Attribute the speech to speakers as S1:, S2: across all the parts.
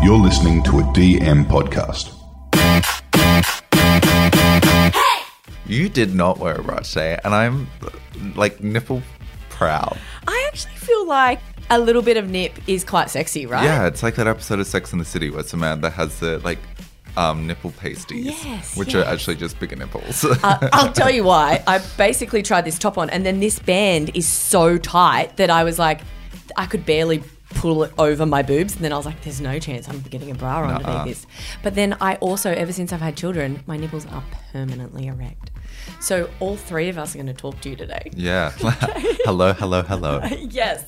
S1: You're listening to a DM podcast.
S2: You did not wear a bra today, and I'm like nipple proud.
S3: I actually feel like a little bit of nip is quite sexy, right?
S2: Yeah, it's like that episode of Sex and the City where Samantha has the like um, nipple pasties,
S3: Yes,
S2: which are
S3: yes.
S2: actually just bigger nipples.
S3: Uh, I'll tell you why. I basically tried this top on, and then this band is so tight that I was like, I could barely pull it over my boobs. And then I was like, there's no chance I'm getting a bra on
S2: Nuh-uh.
S3: underneath this. But then I also, ever since I've had children, my nipples are permanently erect. So all three of us are going to talk to you today.
S2: yeah. hello, hello, hello.
S3: Yes.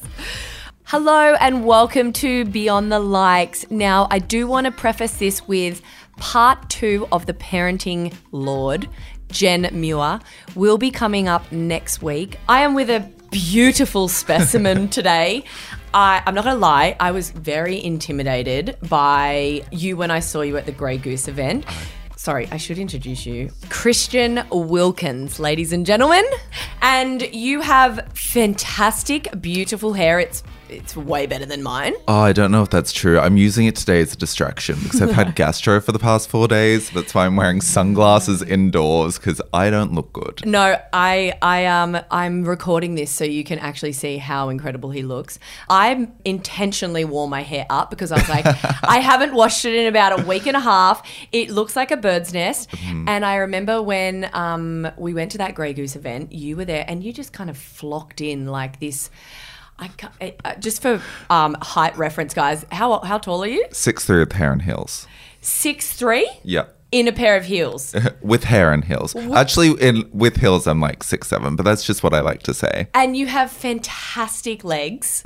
S3: Hello and welcome to Beyond the Likes. Now, I do want to preface this with part two of the parenting lord, Jen Muir, will be coming up next week. I am with a beautiful specimen today. I, I'm not going to lie, I was very intimidated by you when I saw you at the Grey Goose event. Sorry, I should introduce you. Christian Wilkins, ladies and gentlemen. And you have fantastic, beautiful hair. It's it's way better than mine.
S2: Oh, I don't know if that's true. I'm using it today as a distraction because I've had gastro for the past four days. That's why I'm wearing sunglasses indoors because I don't look good.
S3: No, I I um I'm recording this so you can actually see how incredible he looks. I intentionally wore my hair up because I was like, I haven't washed it in about a week and a half. It looks like a bird's nest. And I remember when um we went to that Grey Goose event, you were there and you just kind of flocked in like this. I can't, I- I- just for um, height reference, guys. How how tall are you?
S2: Six through with hair and heels.
S3: Six three
S2: Yeah.
S3: in a pair of heels.
S2: With hair and heels. Actually, in, with heels, I'm like six, seven, but that's just what I like to say.
S3: and you have fantastic legs.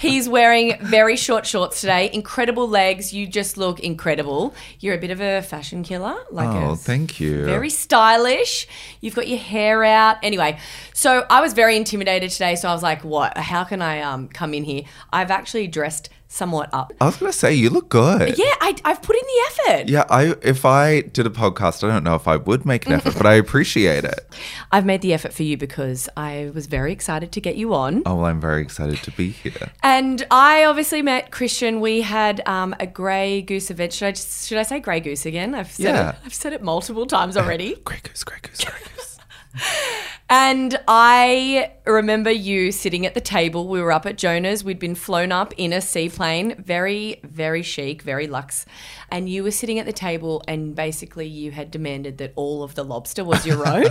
S3: He's wearing very short shorts today. Incredible legs. You just look incredible. You're a bit of a fashion killer. Like
S2: Oh,
S3: a
S2: thank you.
S3: Very stylish. You've got your hair out. Anyway, so I was very intimidated today. So I was like, what? How can I um, come in here? I've actually dressed somewhat up.
S2: I was gonna say you look good.
S3: Yeah, I, I've put in the effort.
S2: Yeah, I if I did a podcast, I don't know if I would make an effort, but I appreciate it.
S3: I've made the effort for you because I was very excited to get you on.
S2: Oh, well, I'm very excited to be here.
S3: And I obviously met Christian. We had um, a grey goose event. Should I just, should I say grey goose again? I've said
S2: Yeah.
S3: it, I've said it multiple times already.
S2: Grey goose, grey goose, grey goose.
S3: and I remember you sitting at the table. We were up at Jonah's. We'd been flown up in a seaplane, very very chic, very luxe. And you were sitting at the table, and basically you had demanded that all of the lobster was your own.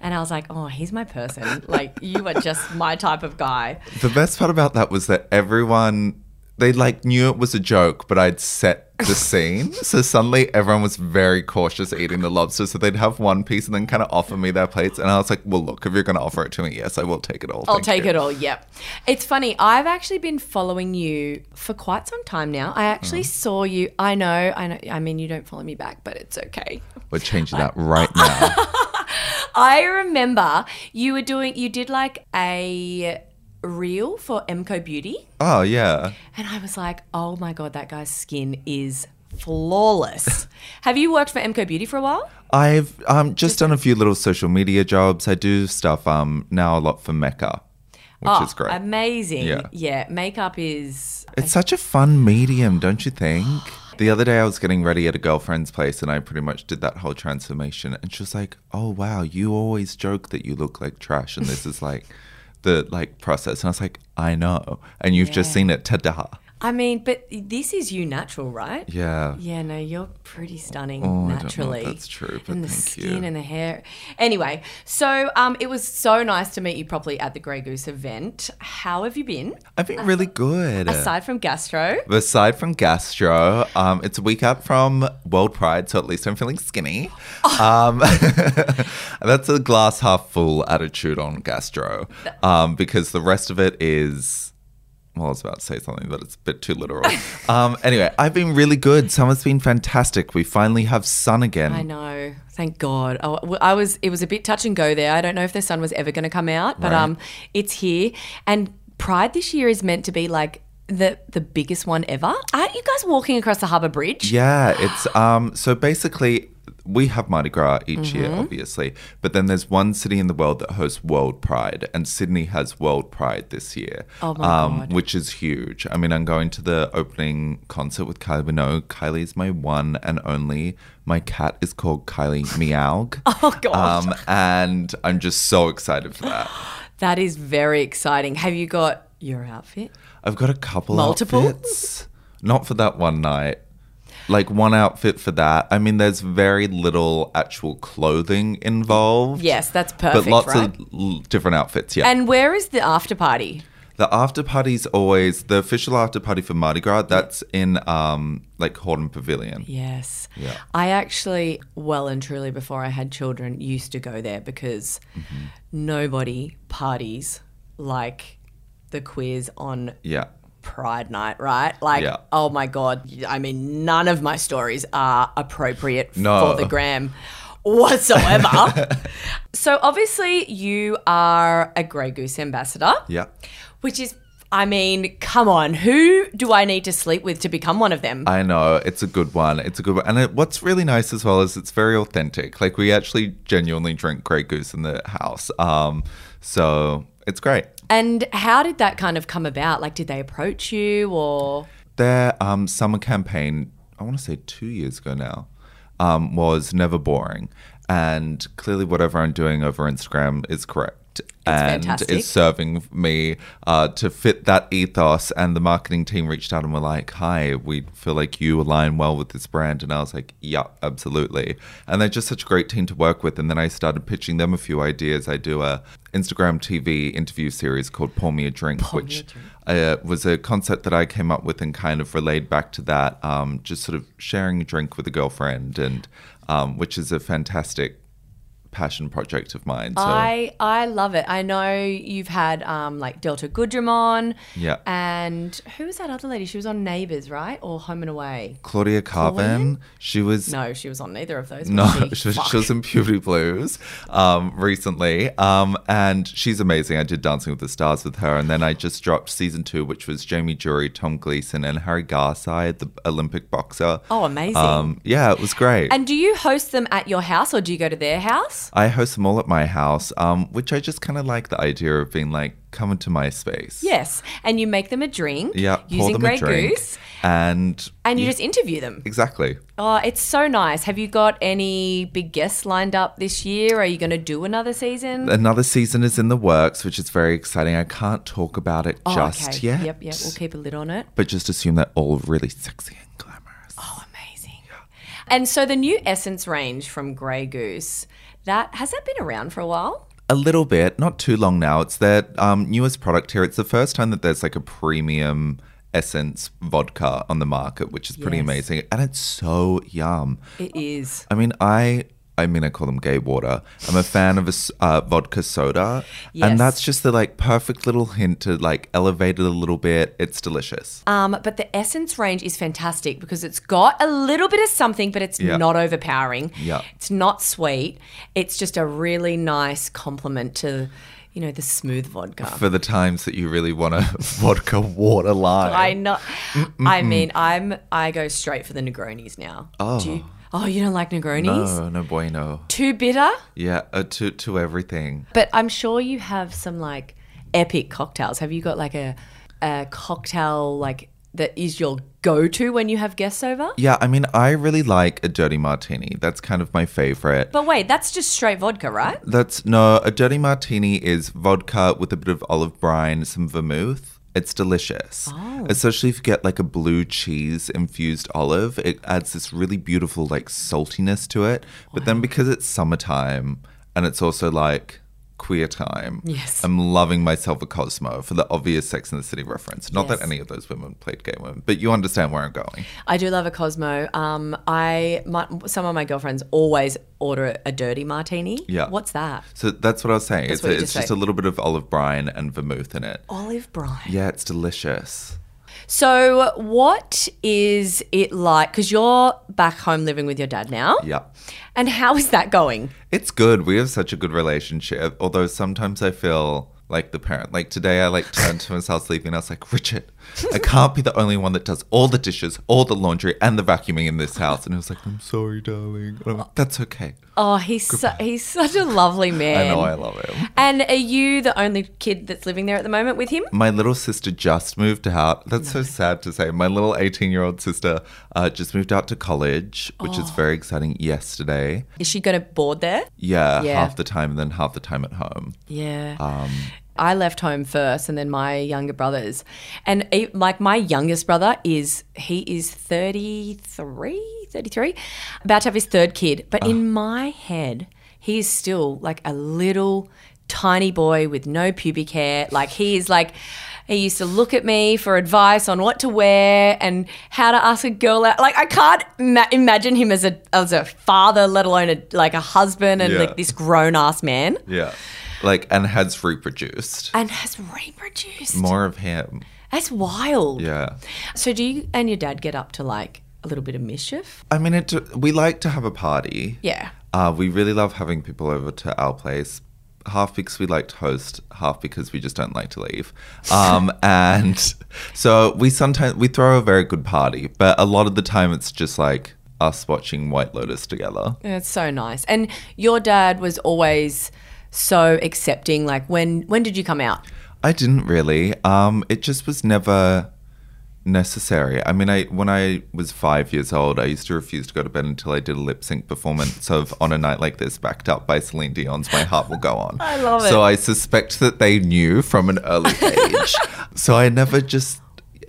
S3: and I was like, oh, he's my person. Like you are just my type of guy.
S2: The best part about that was that everyone they like knew it was a joke, but I'd set the scene. so suddenly everyone was very cautious eating the lobster. So they'd have one piece and then kind of offer me their plates. And I was like, well, look, if you're going to offer it to me, yes, I will take it all.
S3: I'll
S2: Thank
S3: take
S2: you."
S3: it all. Yep. It's funny. I've actually been following you for quite some time now. I actually
S2: Mm.
S3: saw you. I know. I know. I mean, you don't follow me back, but it's okay.
S2: We're changing that right now.
S3: I remember you were doing. You did like a reel for Emco Beauty,
S2: oh, yeah.
S3: and I was like, oh my god, that guy's skin is flawless. Have you worked for Emco Beauty for a while?
S2: I've um, just done a few little social media jobs. I do stuff um, now a lot for Mecca, which
S3: oh,
S2: is great.
S3: Amazing.
S2: Yeah.
S3: yeah. Makeup is
S2: it's such a fun medium, don't you think? The other day I was getting ready at a girlfriend's place and I pretty much did that whole transformation. And she was like, oh, wow, you always joke that you look like trash. And this is like the like process. And I was like, I know. And you've just seen it. Ta-da.
S3: I mean, but this is you natural, right?
S2: Yeah.
S3: Yeah, no, you're pretty stunning
S2: Oh, I don't know if
S3: naturally.
S2: that's true, but
S3: and the
S2: thank you.
S3: skin and the hair. Anyway, so um, it was so nice to meet you properly at the Grey Goose event. How have you been?
S2: I've been really good.
S3: Aside from gastro,
S2: Aside from gastro, um, it's a week out from World Pride, so at least I'm feeling skinny. Um, that's a glass half full attitude on gastro, um, because the rest of it is. Well, I was about to say something, but it's a bit too literal. um, anyway, I've been really good. Summer's been fantastic. We finally have sun again.
S3: I know. Thank God. I, I was. It was a bit touch and go there. I don't know if the sun was ever going to come out, but
S2: Right.
S3: um, it's here. And Pride this year is meant to be like the the biggest one ever. Aren't you guys walking across the harbour bridge?
S2: Yeah, it's um so basically we have Mardi Gras each year,
S3: Mm-hmm.
S2: obviously, but then there's one city in the world that hosts World Pride, and Sydney has World Pride this year, um,
S3: Oh my God.
S2: which is huge. I mean, I'm going to the opening concert with Kylie Minogue. Kylie is my one and only. My cat is called Kylie Meowg.
S3: Oh gosh,
S2: Um, and I'm just so excited for that.
S3: that is very exciting. Have you got your outfit?
S2: I've got a couple
S3: Multiple?
S2: outfits. Not for that one night. Like one outfit for that. I mean, there's very little actual clothing involved.
S3: Yes, that's perfect.
S2: but lots
S3: right?
S2: of l- different outfits. Yeah.
S3: and where is the after party?
S2: the after party's always the official after party for Mardi Gras. That's in um like Horton Pavilion.
S3: Yes. I actually, well and truly, before I had children, used to go there because
S2: Mm-hmm.
S3: nobody parties like the quiz on
S2: Yeah.
S3: Pride Night, right? Like,
S2: Yeah.
S3: oh my God. I mean, none of my stories are appropriate
S2: No.
S3: for the gram whatsoever. so, obviously, you are a Grey Goose ambassador,
S2: Yeah.
S3: which is. I mean, come on, who do I need to sleep with to become one of them?
S2: I know it's a good one. It's a good one, and it, what's really nice as well is it's very authentic. Like we actually genuinely drink Grey Goose in the house, um, so it's great.
S3: And how did that kind of come about? Like, did they approach you or?
S2: Their um, summer campaign, I want to say two years ago now, um, was never boring. And clearly, whatever I'm doing over Instagram is correct. and
S3: fantastic.
S2: is serving me uh, to fit that ethos. And the marketing team reached out and were like, Hi, we feel like you align well with this brand. And I was like, Yeah, absolutely. And they're just such a great team to work with. And then I started pitching them a few ideas. I do a Instagram TV interview series called Pour Me a Drink, which uh, was a concept that I came up with and kind of relayed back to that, um, just sort of sharing a drink with a girlfriend, and um, which is a fantastic passion project of mine. So
S3: I I love it. I know you've had um, like Delta Goodrem on.
S2: Yeah.
S3: And who was that other lady? She was on Neighbours, right? Or Home and Away?
S2: Claudia Carvin, she was
S3: No, she was on neither of those.
S2: No,
S3: was she?
S2: she,
S3: Fuck.
S2: she was in Puberty Blues um, recently, um, and she's amazing. I did Dancing with the Stars with her, and then I just dropped season two, which was Jamie Jury, Tom Gleason, and Harry Garside, the Olympic boxer.
S3: Oh, amazing.
S2: Um, yeah, it was great.
S3: and do you host them at your house or do you go to their house?
S2: I host them all at my house, um, which I just kind of like the idea of being like, come into my space.
S3: Yes. And you make them a drink
S2: Yeah,
S3: using Grey Goose
S2: and
S3: and you just interview them.
S2: exactly.
S3: Oh, it's so nice. Have you got any big guests lined up this year? Are you going to do another season?
S2: Another season is in the works, which is very exciting. I can't talk about it
S3: Oh,
S2: just
S3: okay.
S2: yet.
S3: Yep, yep. We'll keep a lid on it.
S2: but just assume they're all really sexy and glamorous.
S3: Oh, amazing. And so the new essence range from Grey Goose, that has that been around for a while?
S2: A little bit, not too long now. It's their um, newest product here. It's the first time that there's like a premium essence vodka on the market, which is pretty
S3: Yes.
S2: amazing, and it's so yum.
S3: It is.
S2: I mean, I. I mean, I call them gay water. I'm a fan of a s- uh, vodka soda,
S3: Yes.
S2: and that's just the like perfect little hint to like elevate it a little bit. It's delicious.
S3: Um, but the essence range is fantastic because it's got a little bit of something, but it's
S2: Yeah.
S3: not overpowering.
S2: Yeah.
S3: It's not sweet. It's just a really nice compliment to, you know, the smooth vodka.
S2: For the times that you really want a vodka water line,
S3: I know. I mean, I'm I go straight for the Negronis now. Oh. Do you, oh, you don't like Negronis?
S2: no, no bueno.
S3: Too bitter?
S2: Yeah, uh, to to everything.
S3: But I'm sure you have some like epic cocktails. Have you got like a a cocktail like that is your go to when you have guests over?
S2: Yeah, I mean, I really like a dirty martini. That's kind of my favorite.
S3: But wait, that's just straight vodka, right?
S2: That's no, a dirty martini is vodka with a bit of olive brine, some vermouth. It's delicious.
S3: Oh.
S2: Especially if you get like a blue cheese infused olive, it adds this really beautiful like saltiness to it. But then because it's summertime and it's also like queer time.
S3: Yes.
S2: I'm loving myself a Cosmo for the obvious Sex and the City reference. Not that
S3: Yes.
S2: any of those women played gay women, but you understand where I'm going.
S3: I do love a Cosmo. Um, I my, some of my girlfriends always order a dirty martini.
S2: Yeah.
S3: What's that?
S2: So that's what I was saying. it's
S3: what
S2: a-
S3: you
S2: it's
S3: just
S2: just
S3: said.
S2: a little bit of olive brine and vermouth in it.
S3: Olive brine.
S2: Yeah, it's delicious.
S3: So, what is it like? Because you're back home living with your dad now.
S2: Yeah.
S3: And how is that going?
S2: It's good. We have such a good relationship. Although sometimes I feel like the parent. Like today, I like turned to him as I was sleeping. I was like, Richard, I can't be the only one that does all the dishes, all the laundry, and the vacuuming in this house. And he was like, I'm sorry, darling. And I'm like, That's okay.
S3: Oh, he's su- he's such a lovely
S2: I
S3: man.
S2: know I love him.
S3: And are you the only kid that's living there at the moment with him?
S2: My little sister just moved out. That's so sad to say. My little 18 year old sister uh, just moved out to college, which is very exciting yesterday.
S3: Is she going to board there?
S2: Yeah,
S3: Yeah.
S2: half the time and then half the time at home. Um,
S3: Yeah. I left home first and then my younger brothers. And e- like my youngest brother is, he is 33, 33, about to have his third kid. But in my head, he is still like a little tiny boy with no pubic hair. Like he is like, he used to look at me for advice on what to wear and how to ask a girl out. Like I can't ma- imagine him as a as a father, let alone a, like a husband and
S2: Yeah.
S3: like this grown ass man
S2: Yeah. Like, and has reproduced.
S3: and has reproduced.
S2: More of him.
S3: That's wild.
S2: Yeah.
S3: So do you and your dad get up to like a little bit of mischief?
S2: I mean, it, we like to have a party.
S3: Yeah.
S2: Uh, we really love having people over to our place, half because we like to host, half because we just don't like to leave. Um, and so we sometimes we throw a very good party, but a lot of the time it's just like us watching White Lotus together.
S3: That's so nice. And your dad was always so accepting. Like when when did you come out?
S2: I didn't really. Um, it just was never necessary. I mean, I when I was five years old, I used to refuse to go to bed until I did a lip sync performance of "On a Night Like This," backed up by Celine Dion's "My Heart Will Go On." I
S3: love it.
S2: So I suspect that they knew from an early age. so I never just.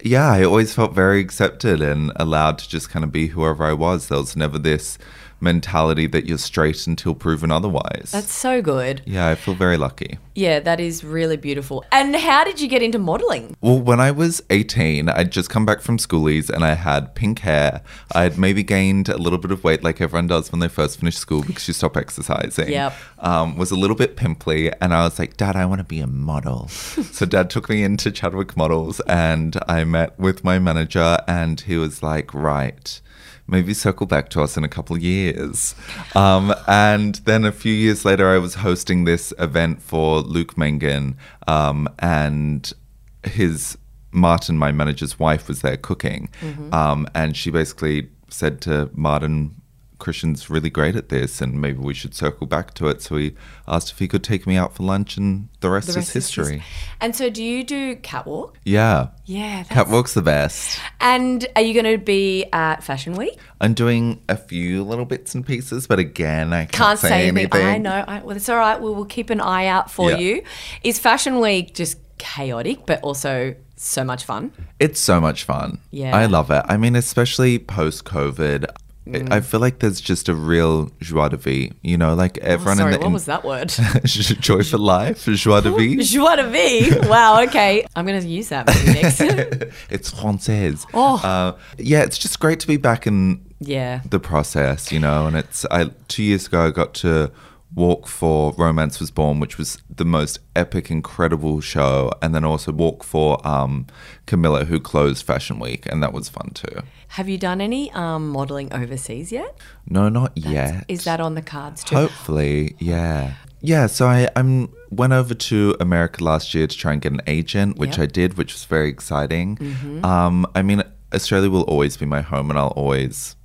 S2: Yeah, I always felt very accepted and allowed to just kind of be whoever I was. There was never this mentality that you're straight until proven otherwise.
S3: That's so good.
S2: yeah, I feel very lucky.
S3: Yeah, that is really beautiful. And how did you get into modeling?
S2: Well, when I was 18, I'd just come back from schoolies and I had pink hair. I'd maybe gained a little bit of weight like everyone does when they first finish school because you stop exercising.
S3: Yep.
S2: Um, was a little bit pimply and I was like, Dad, I want to be a model. so Dad took me into Chadwick Models and I met with my manager and he was like, right. Maybe circle back to us in a couple of years. Um, and then a few years later, I was hosting this event for Luke Mengen. Um, and his Martin, my manager's wife, was there cooking, um, and she basically said to Martin, "Christian's really great at this, and maybe we should circle back to it." So he asked if he could take me out for lunch, and the rest,
S3: The
S2: is,
S3: rest is
S2: history.
S3: And so do you do catwalk?
S2: Yeah,
S3: Yeah. That's,
S2: catwalk's the best.
S3: and are you going to be at Fashion Week?
S2: I'm doing a few little bits and pieces, but again, I can't,
S3: Can't say, anything. I
S2: anything.
S3: know. I, well, it's all right. We will keep an eye out for
S2: Yeah.
S3: you. Is Fashion Week just chaotic, but also so much fun?
S2: It's so much fun.
S3: Yeah.
S2: I love it. I mean, especially post COVID. I
S3: Mm.
S2: feel like there's just a real joie de vivre, you know, like everyone
S3: Oh, Sorry,
S2: in the
S3: what was that word?
S2: joy for life, joie de vivre.
S3: Joie de vivre. Wow. Okay, I'm gonna use that maybe next.
S2: it's française.
S3: Oh.
S2: Uh, yeah, it's just great to be back in
S3: yeah.
S2: the process, you know. And it's I two years ago I got to walk for Romance Was Born, which was the most epic, incredible show, and then also walk for um, Camilla, who closed Fashion Week, and that was fun too.
S3: Have you done any um, modeling overseas yet?
S2: No, not yet.
S3: Is that on the cards too?
S2: Hopefully, yeah. Yeah, so I I'm went over to America last year to try and get an agent, which
S3: Yep. Mm-hmm.
S2: I did, which was very exciting. Um, I mean, Australia will always be my home, and I'll always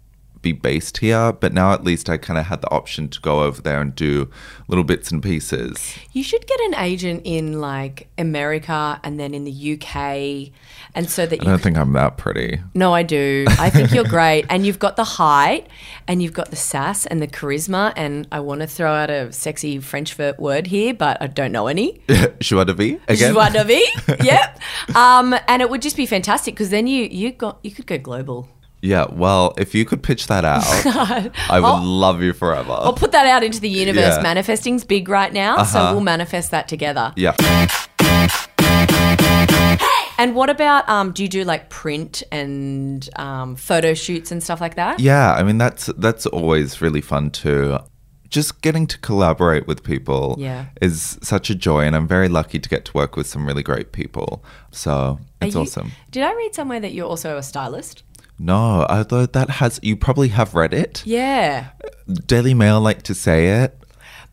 S2: be based here. But now at least I kind of had the option to go over there and do little bits and pieces.
S3: You should get an agent in like America and then in the UK, and so that
S2: I
S3: you.
S2: don't think I'm that pretty.
S3: No, I do. I think you're great, and you've got the height, and you've got the sass and the charisma, and I want to throw out a sexy French ver- word here, but I don't know any.
S2: Joie de vie again.
S3: Joie de vie. Yep. Um, and it would just be fantastic because then you you got you could go global.
S2: Yeah. Well, if you could pitch that out, I would love you forever.
S3: I'll put that out into the universe.
S2: Yeah. Uh-huh.
S3: Manifesting's big right now, so we'll manifest that together.
S2: yeah.
S3: And what about um, do you do like print and um, photo shoots and stuff like that?
S2: Yeah, I mean that's that's always really fun too. Just getting to collaborate with people
S3: Yeah.
S2: is such a joy, and I'm very lucky to get to work with some really great people. So it's
S3: Are you-
S2: awesome.
S3: Did I read somewhere that you're also a stylist?
S2: No, although that has you probably have read it.
S3: Yeah.
S2: Daily Mail like to say it.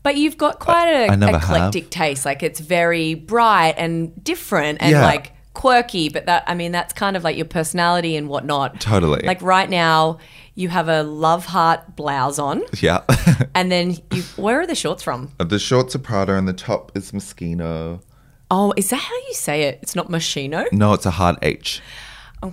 S3: But you've got quite a
S2: I never
S3: eclectic taste. Like it's very bright and different and
S2: Yeah.
S3: like quirky. But that I mean, that's kind of like your personality and whatnot.
S2: Totally.
S3: Like right now, you have a love heart blouse on,
S2: Yeah.
S3: and then you. Where are the shorts from?
S2: the shorts are Prada and the top is Moschino.
S3: Oh, is that how you say it? It's not Moschino,
S2: No, it's a hard H.
S3: a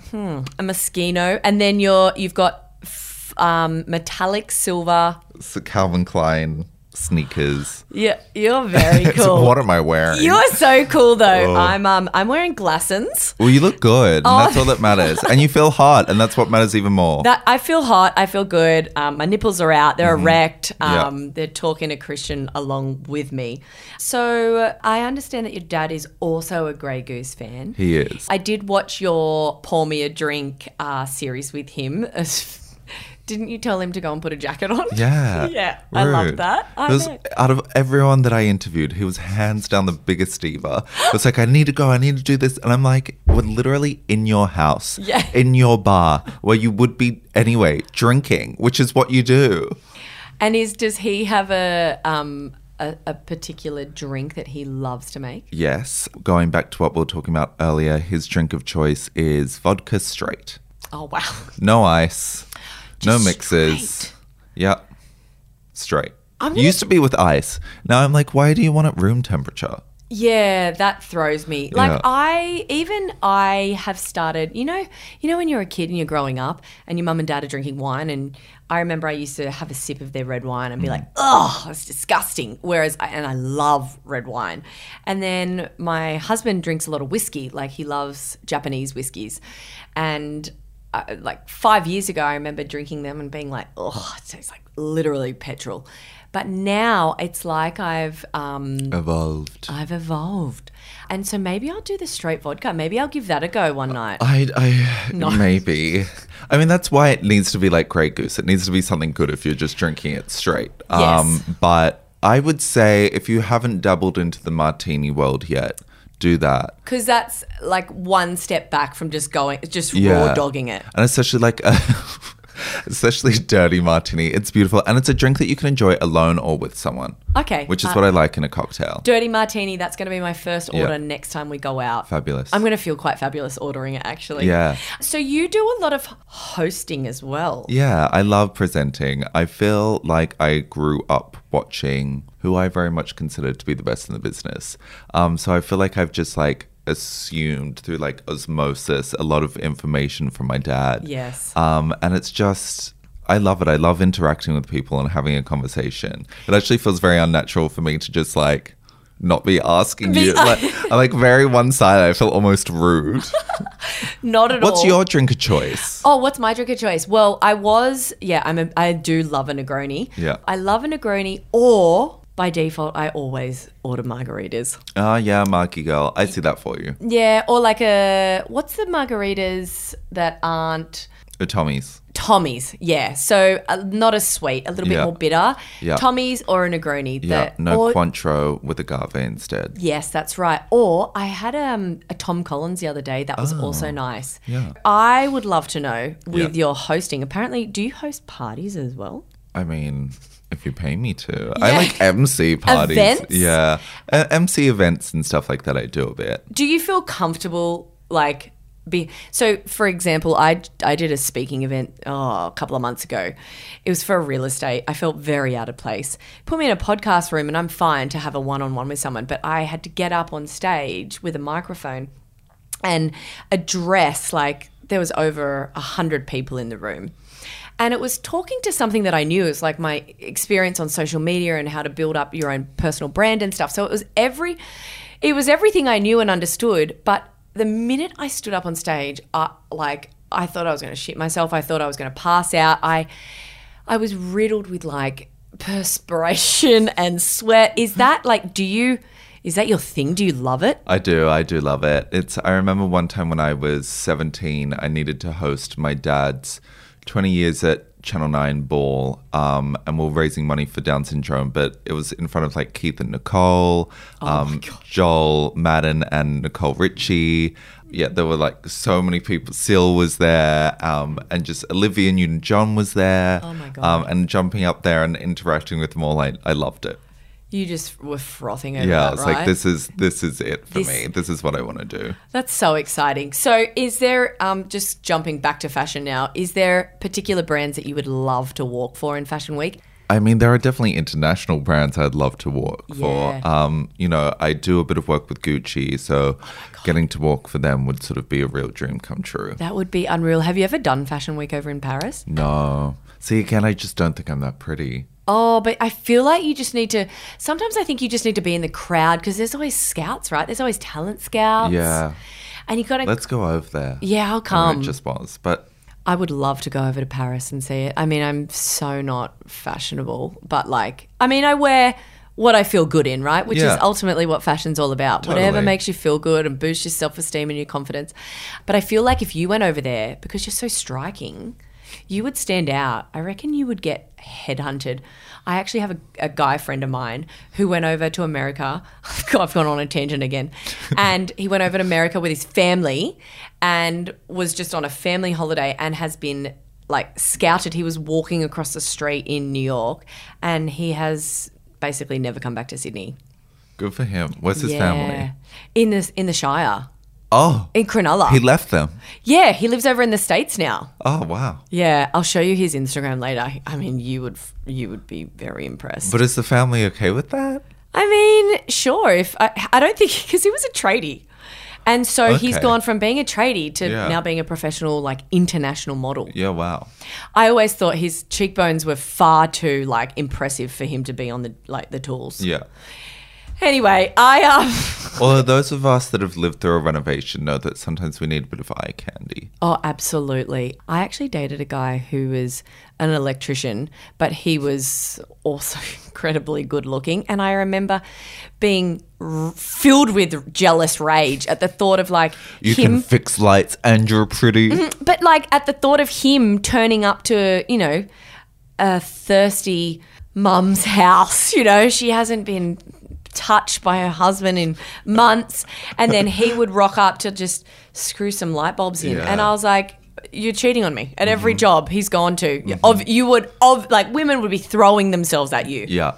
S3: Moschino, and then you're you've got f- um, metallic silver.
S2: It's a Calvin Klein sneakers.
S3: Yeah, you're very
S2: It's-
S3: cool.
S2: what am I Oh. wearing?
S3: You're so cool though. I'm um I'm wearing glasses.
S2: well, you look good, and that's all that matters. And you feel hot, and that's what matters even more.
S3: Oh. That I feel hot. I feel good. Um, my nipples are out. They're erect.
S2: Mm-hmm. Yeah.
S3: Um, They're talking to Christian along with me. So uh, I understand that your dad is also a Grey Goose fan.
S2: he is.
S3: I did watch your Pour Me a Drink uh, series with him. Didn't you tell him to go and put a jacket on?
S2: Yeah.
S3: Yeah, I loved
S2: Rude.
S3: that. I
S2: It was-
S3: know.
S2: out of everyone that I interviewed, he was hands down the biggest diva. It's like, I need to go, I need to do this. And I'm like, we're literally in your house,
S3: Yeah.
S2: in your bar, where you would be anyway, drinking, which is what you do.
S3: And is does he have a um a, a particular drink that he loves to make?
S2: Yes. Going back to what we were talking about earlier, his drink of choice is vodka straight.
S3: Oh wow.
S2: No ice, no
S3: Just
S2: mixes.
S3: straight.
S2: Yeah. Straight.
S3: I'm gonna-
S2: Used to be with ice. Now I'm like, why do you want it room temperature?
S3: Yeah, that throws me. Like
S2: Yeah.
S3: I even I have started, you know, you know when you're a kid and you're growing up and your mum and dad are drinking wine and I remember I used to have a sip of their red wine and be like, "Oh, that's disgusting." Whereas I, and I love red wine. And then my husband drinks a lot of whiskey, like he loves Japanese whiskies. And uh, like 5 years ago I remember drinking them and being like, "Oh, it tastes like literally petrol." But now it's like I've um
S2: Evolved.
S3: I've evolved. And so maybe I'll do the straight vodka. Maybe I'll give that a go one night.
S2: I, I maybe. I mean, that's why it needs to be like Grey Goose. It needs to be something good if you're just drinking it straight. Um,
S3: Yes.
S2: But I would say if you haven't dabbled into the martini world yet, do that.
S3: Because that's like one step back from just going, just raw
S2: Yeah.
S3: dogging it.
S2: And especially like, a, especially a dirty martini. It's beautiful, and it's a drink that you can enjoy alone or with someone.
S3: Okay.
S2: Which is
S3: Uh,
S2: what I like in a cocktail.
S3: Dirty martini, that's going to be my first
S2: Yeah.
S3: order next time we go out.
S2: Fabulous.
S3: I'm going to feel quite fabulous ordering it, actually.
S2: Yeah.
S3: So you do a lot of hosting as well.
S2: Yeah, I love presenting. I feel like I grew up watching who I very much consider to be the best in the business. Um, so I feel like I've just like assumed through like osmosis a lot of information from my dad.
S3: Yes.
S2: Um, and it's just. I love it. I love interacting with people and having a conversation. It actually feels very unnatural for me to just like not be asking you. Like, I'm like very one sided. I feel almost rude.
S3: Not at all.
S2: What's your drink of choice?
S3: Oh, what's my drink of choice? Well, I was, yeah, I'm a, I do love a Negroni.
S2: Yeah.
S3: I love a Negroni, or by default, I always order margaritas.
S2: Ah, yeah, Marky girl. I see that for you.
S3: Yeah, or like a what's the margaritas that aren't
S2: The Tommies.
S3: Tommy's? Yeah, so uh, not as sweet, a little bit
S2: Yeah.
S3: more bitter.
S2: Yeah.
S3: Tommy's or a Negroni.
S2: Yeah,
S3: that-
S2: no
S3: or-
S2: Cointreau with agave instead.
S3: Yes, that's right. Or I had um, a Tom Collins the other day. That was also nice.
S2: Ah, yeah.
S3: I would love to know with
S2: Yeah.
S3: your hosting. Apparently, do you host parties as well?
S2: I mean, if you pay me to,
S3: Yeah.
S2: I like MC parties.
S3: Events?
S2: Yeah, Uh, MC events and stuff like that. I do a bit.
S3: do you feel comfortable like be so for example I, I did a speaking event oh, a couple of months ago it was for real estate i felt very out of place put me in a podcast room and i'm fine to have a one-on-one with someone but i had to get up on stage with a microphone and address like there was over a hundred people in the room and it was talking to something that i knew it was like my experience on social media and how to build up your own personal brand and stuff so it was every it was everything i knew and understood but the minute i stood up on stage I, like i thought i was going to shit myself i thought i was going to pass out i i was riddled with like perspiration and sweat is that like do you is that your thing do you love it
S2: I do. I do love it. It's. I remember one time when I was 17, I needed to host my dad's 20 years at Channel 9 ball, um, and we are raising money for Down syndrome. But it was in front of like Keith and Nicole,
S3: Oh
S2: um, Joel Madden, and Nicole Ritchie. Yeah, there were like so many people. Syl was there, um, and just Olivia Newton John was there. Oh
S3: my
S2: Um, and jumping up there and interacting with them all, I, I loved it.
S3: You just were frothing over
S2: Yeah, I
S3: that,
S2: was
S3: right?
S2: like, this is this is it for
S3: This-
S2: me. This is what I want to do.
S3: That's so exciting. So, is there um, just jumping back to fashion now? Is there particular brands that you would love to walk for in Fashion Week?
S2: I mean, there are definitely international brands I'd love to walk
S3: Yeah. Oh
S2: for. Um, you know, I do a bit of work with Gucci, so getting to walk for them would sort of be a real dream come true.
S3: That would be unreal. Have you ever done Fashion Week over in Paris?
S2: No. See, again, I just don't think I'm that pretty.
S3: Oh, but I feel like you just need to. Sometimes I think you just need to be in the crowd because there's always scouts, right? There's always talent scouts.
S2: Yeah.
S3: And you gotta.
S2: Let's go over there.
S3: yeah, um,
S2: I
S3: I'll
S2: mean,
S3: come.
S2: It just was. But
S3: I would love to go over to Paris and see it. I mean, I'm so not fashionable, but like, I mean, I wear what I feel good in, right? Which
S2: Yeah.
S3: is ultimately what fashion's all about. Whatever
S2: Totally.
S3: makes you feel good and boosts your self esteem and your confidence. But I feel like if you went over there, because you're so striking, you would stand out. I reckon you would get headhunted. I actually have a, a guy friend of mine who went over to America. God, I've gone on a tangent again. And he went over to America with his family and was just on a family holiday and has been like scouted. He was walking across the street in New York and he has basically never come back to Sydney.
S2: good for him. Where's his
S3: yeah.
S2: family?
S3: In the, in the Shire,
S2: Oh,
S3: in Cronulla.
S2: he left them.
S3: yeah, he lives over in the States now.
S2: Oh, wow.
S3: Yeah, I'll show you his Instagram later. I mean, you would you would be very impressed.
S2: But is the family okay with that?
S3: I mean, sure. If I, I don't think because he was a tradie, and so he's
S2: Okay.
S3: gone from being a tradie to
S2: Yeah.
S3: now being a professional, like international model.
S2: Yeah, wow.
S3: I always thought his cheekbones were far too like impressive for him to be on the like the tools.
S2: Yeah.
S3: Anyway, I um.
S2: Although those of us that have lived through a renovation know that sometimes we need a bit of eye candy.
S3: Oh, absolutely. I actually dated a guy who was an electrician, but he was also incredibly good looking. And I remember being r- filled with jealous rage at the thought of like
S2: You
S3: him, Mm-hmm.
S2: can fix lights and you're pretty.
S3: but like at the thought of him turning up to, you know, a thirsty mum's house. You know, she hasn't been touched by her husband in months. And then he would rock up to just screw some light bulbs in.
S2: Yeah. Mm-hmm.
S3: And I was like, you're cheating on me at every job he's gone to. Of you would of like women would be throwing themselves at you.
S2: Yeah.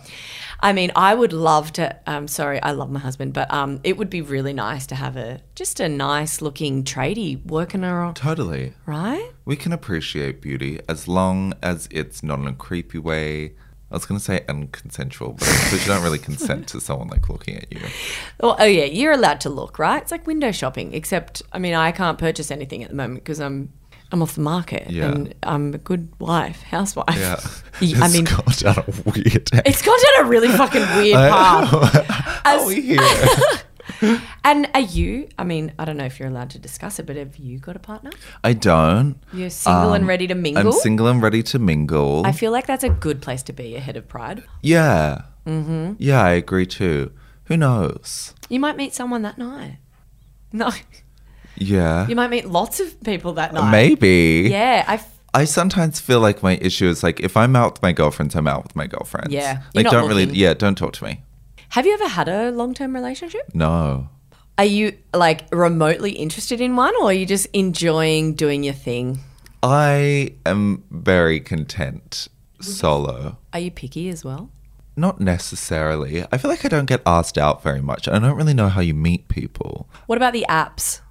S3: I mean, I would love to. I'm sorry, I love my husband, but um, it would be really nice to have a just a nice looking tradie working around,
S2: Totally.
S3: right?
S2: We can appreciate beauty as long as it's not in a creepy way. I was going to say unconsensual, but because you don't really consent to someone like looking at you.
S3: Well, oh yeah, you're allowed to look, right? It's like window shopping, except I mean, I can't purchase anything at the moment because I'm I'm off the market
S2: Yeah.
S3: and I'm a good wife, housewife.
S2: Yeah.
S3: Yeah, I mean,
S2: it's gone down a weird.
S3: it's gone down a really fucking weird path.
S2: How are we here?
S3: And are you? I mean, I don't know if you're allowed to discuss it, but have you got a partner?
S2: I don't. um,
S3: You're single and ready to mingle.
S2: I'm single and ready to mingle.
S3: I feel like that's a good place to be ahead of Pride.
S2: yeah. Mm-hmm. Yeah, I agree too. Who knows?
S3: You might meet someone that night. No,
S2: Yeah.
S3: you might meet lots of people that night.
S2: Maybe.
S3: Yeah, I. F-
S2: I sometimes feel like my issue is like if I'm out with my girlfriends, I'm out with my girlfriends.
S3: Yeah. You're
S2: Like
S3: not
S2: don't
S3: looking.
S2: really yeah, don't talk to me.
S3: have you ever had a long-term relationship?
S2: No.
S3: Are you like remotely interested in one or are you just enjoying doing your thing?
S2: I am very content solo.
S3: Are you picky as well?
S2: Not necessarily. I feel like I don't get asked out very much. I don't really know how you meet people.
S3: What about the apps?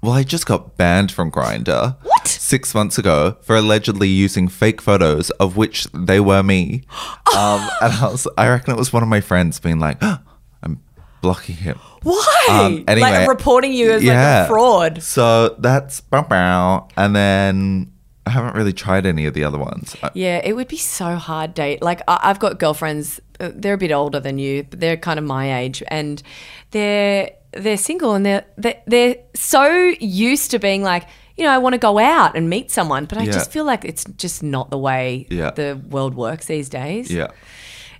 S2: Well, I just got banned from Grinder.
S3: What?
S2: Six months ago for allegedly using fake photos of which they were me. Um, and I, was, I reckon it was one of my friends being like, "Oh, I'm blocking him.
S3: Why?
S2: Um, anyway.
S3: like reporting you as like a fraud.
S2: So that's bow bow. And then I haven't really tried any of the other ones. Uh, I-
S3: Yeah, it would be so hard date. Like I- I've got girlfriends, uh, they're a bit older than you, but they're kind of my age and they're they're single and they're they're, they're so used to being like, you know, I want to go out and meet someone, but I
S2: Yeah.
S3: just feel like it's just not the way
S2: Yeah.
S3: the world works these days.
S2: Yeah.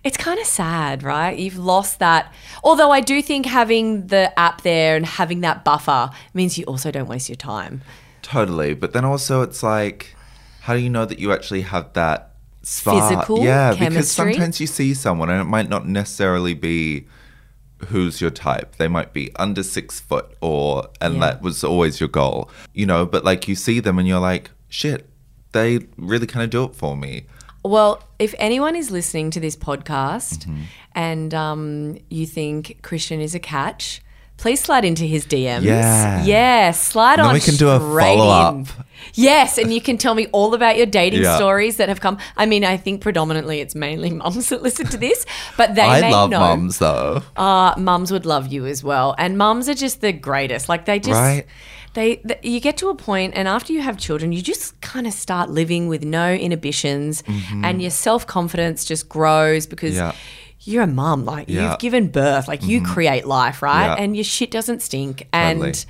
S3: It's kind of sad, right? You've lost that. Although I do think having the app there and having that buffer means you also don't waste your time.
S2: Totally. But then also it's like, how do you know that you actually have that spark?
S3: Physical
S2: Yeah, because
S3: chemistry?
S2: sometimes you see someone and it might not necessarily be who's your type. They might be under six foot or and
S3: Yeah.
S2: that was always your goal. You know, but like you see them and you're like, shit, they really kind of do it for me.
S3: Well, if anyone is listening to this podcast
S2: Mm-hmm.
S3: and um, you think Christian is a catch, please slide into his DMs.
S2: Yeah.
S3: Yeah, slide
S2: Then
S3: on.
S2: we can do a
S3: straight
S2: follow-up.
S3: in. Yes, and you can tell me all about your dating
S2: Yeah.
S3: stories that have come. I mean, I think predominantly it's mainly mums that listen to this, but they
S2: I
S3: may
S2: love
S3: know.
S2: mums though.
S3: Uh, mums would love you as well, and mums are just the greatest. Like they just.
S2: Right.
S3: They, th you get to a point, and after you have children, you just kind of start living with no inhibitions, and your self confidence just grows because
S2: Mm-hmm. Yeah.
S3: you're a mum. Like
S2: Yeah. Mm-hmm.
S3: you've given birth, like you create life, right?
S2: Yeah.
S3: And your shit doesn't stink. And
S2: Totally.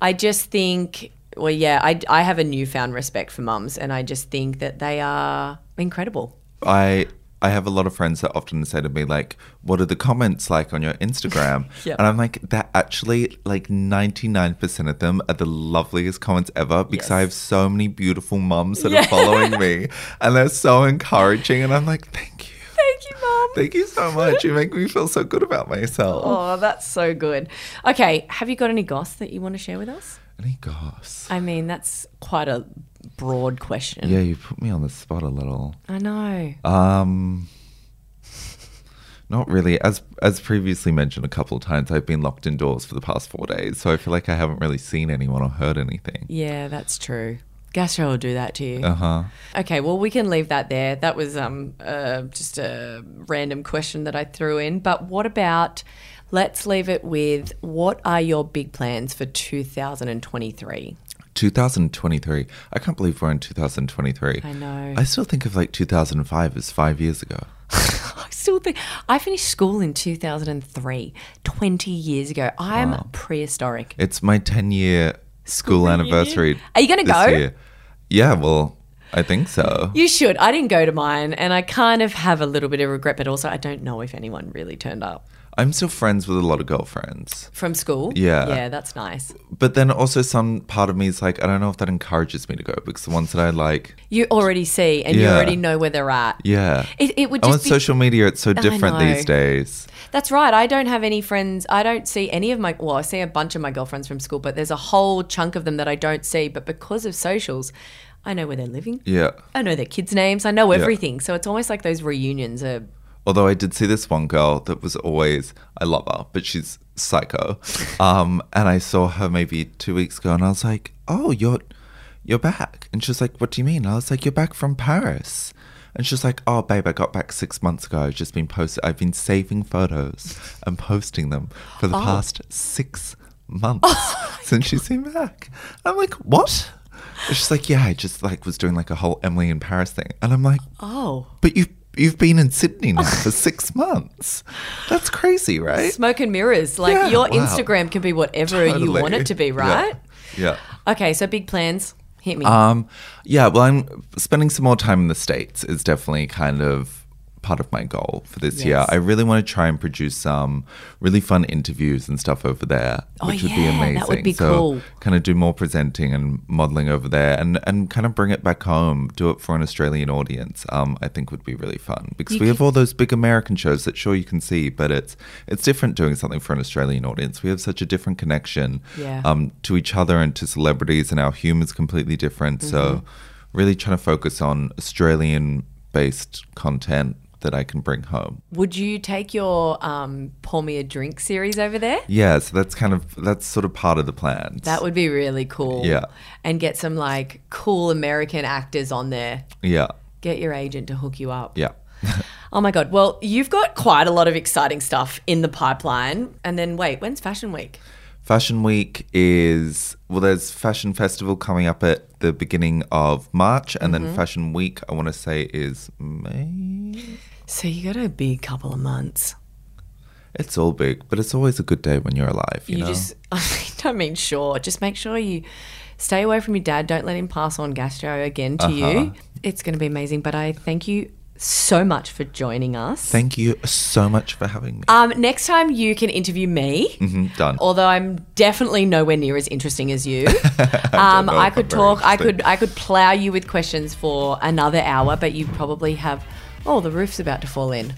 S3: I just think, well, yeah, I, I have a newfound respect for mums, and I just think that they are incredible.
S2: I I have a lot of friends that often say to me like, "What are the comments like on your Instagram?"
S3: Yep.
S2: And I'm like, "That actually like 99% of them are the loveliest comments ever because I
S3: Yes.
S2: have so many beautiful mums that are following me and they're so encouraging and I'm like, "Thank you.
S3: Thank you, mum.
S2: Thank you so much. You make me feel so good about myself."
S3: Oh, that's so good. Okay, have you got any goss that you want to share with us?
S2: Any goss?
S3: I mean, that's quite a broad question.
S2: Yeah, you put me on the spot a little.
S3: I know.
S2: Um, not really. As as previously mentioned a couple of times, I've been locked indoors for the past four days, so I feel like I haven't really seen anyone or heard anything.
S3: yeah, that's true. Gastro will do that to you.
S2: Uh huh.
S3: Okay, well, we can leave that there. That was um uh, just a random question that I threw in. But what about? Let's leave it with what are your big plans for 2023?
S2: 2023. I can't believe we're in 2023.
S3: I know.
S2: I still think of like 2005 as five years ago.
S3: I still think I finished school in 2003, 20 years ago. I'm prehistoric.
S2: It's my 10 year school, anniversary.
S3: Are you gonna
S2: this
S3: go?
S2: year. Yeah. Well, I think so.
S3: You should. I didn't go to mine, and I kind of have a little bit of regret, but also I don't know if anyone really turned up
S2: I'm still friends with a lot of girlfriends.
S3: from school.
S2: Yeah.
S3: yeah, that's nice.
S2: But then also some part of me is like, I don't know if that encourages me to go because the ones that I like,
S3: You already see, and you
S2: Yeah.
S3: already know where they're at.
S2: yeah.
S3: It, it would
S2: Oh, on
S3: just be.
S2: social media, it's so different
S3: know.
S2: these days.
S3: that's right. I don't have any friends. I don't see any of my. Well, I see a bunch of my girlfriends from school, but there's a whole chunk of them that I don't see. But because of socials, I know where they're living.
S2: Yeah.
S3: I know their kids' names. I know everything. So it's almost like those reunions are.
S2: Although I did see this one girl that was always, I love her, but she's psycho. Um, and I saw her maybe two weeks ago, and I was like, "Oh, you're you're back." And she was like, "What do you mean?" I was like, "You're back from Paris." And she was like, "Oh, babe, I got back six months ago. I've just been post. I've been saving photos and posting them for the past six months since she's been back." And I'm like, "What?" And she's like, "Yeah, I just like was doing like a whole Emily in Paris thing." And I'm like,
S3: Oh,
S2: but you've you've been in Sydney now for six months. That's crazy, right?
S3: smoke and mirrors. Like
S2: Yeah,
S3: your
S2: wow.
S3: Instagram can be whatever you
S2: Totally.
S3: want it to be,
S2: Yeah.
S3: right?
S2: Yeah.
S3: Okay, so big plans. Hit me.
S2: Um. Yeah. Well, I'm spending some more time in the states is definitely kind of part of my goal for this year.
S3: Yes.
S2: I really want to try and produce some really fun interviews and stuff over there,
S3: Oh,
S2: which would be
S3: yeah,
S2: amazing.
S3: that would be
S2: so
S3: cool.
S2: kind of do more presenting and modeling over there, and and kind of bring it back home. Do it for an Australian audience. Um, I think would be really fun because
S3: You
S2: we
S3: could-
S2: have all those big American shows that sure you can see, but it's it's different doing something for an Australian audience. We have such a different connection
S3: Yeah.
S2: um, to each other and to celebrities, and our humor's completely different.
S3: Mm-hmm.
S2: So, really trying to focus on Australian based content that I can bring home.
S3: Would you take your um, Pour Me a Drink series over there?
S2: Yeah, so that's kind of that's sort of part of the plans.
S3: That would be really cool.
S2: Yeah.
S3: And get some like cool American actors on there.
S2: yeah,
S3: Get your agent to hook you up.
S2: yeah.
S3: Oh my God. Well, you've got quite a lot of exciting stuff in the pipeline. And then wait, when's Fashion Week?
S2: Fashion Week is well. There's Fashion Festival coming up at the beginning of March, and
S3: Mm-hmm.
S2: then Fashion Week I want to say is May.
S3: So you got a big couple of months.
S2: It's all big, but it's always a good day when you're alive. You,
S3: You
S2: know?
S3: just, I don't mean sure. Just make sure you stay away from your dad. Don't let him pass on gastro again to
S2: Uh-huh.
S3: you. It's going to be amazing. But I thank you so much for joining us.
S2: Thank you so much for having me.
S3: Um, next time you can interview me.
S2: Mhm, Done.
S3: Although I'm definitely nowhere near as interesting as you, um,
S2: know
S3: I
S2: if
S3: could
S2: I'm very
S3: talk. I
S2: interesting.
S3: could I could plow you with questions for another hour, but you probably have. Oh, the roof's about to fall in.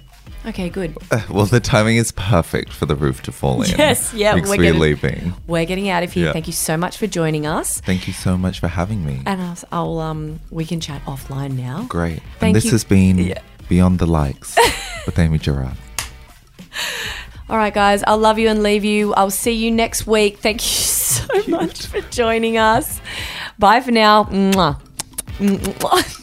S3: Okay, good.
S2: Well, the timing is perfect for the roof to fall in.
S3: Yes, yeah,
S2: Because
S3: we're
S2: we're,
S3: getting-
S2: leaving.
S3: We're getting out of here.
S2: Yeah.
S3: Thank you so much for joining us.
S2: Thank you so much for having me.
S3: And I'll, I'll um we can chat offline now.
S2: Great.
S3: Thank
S2: and this
S3: you.
S2: has been
S3: Yeah.
S2: Beyond the Likes with Amy Gerard.
S3: All right, guys. I'll love you and leave you. I'll see you next week. Thank you so much for joining us. Bye for now. Mwah. Mwah.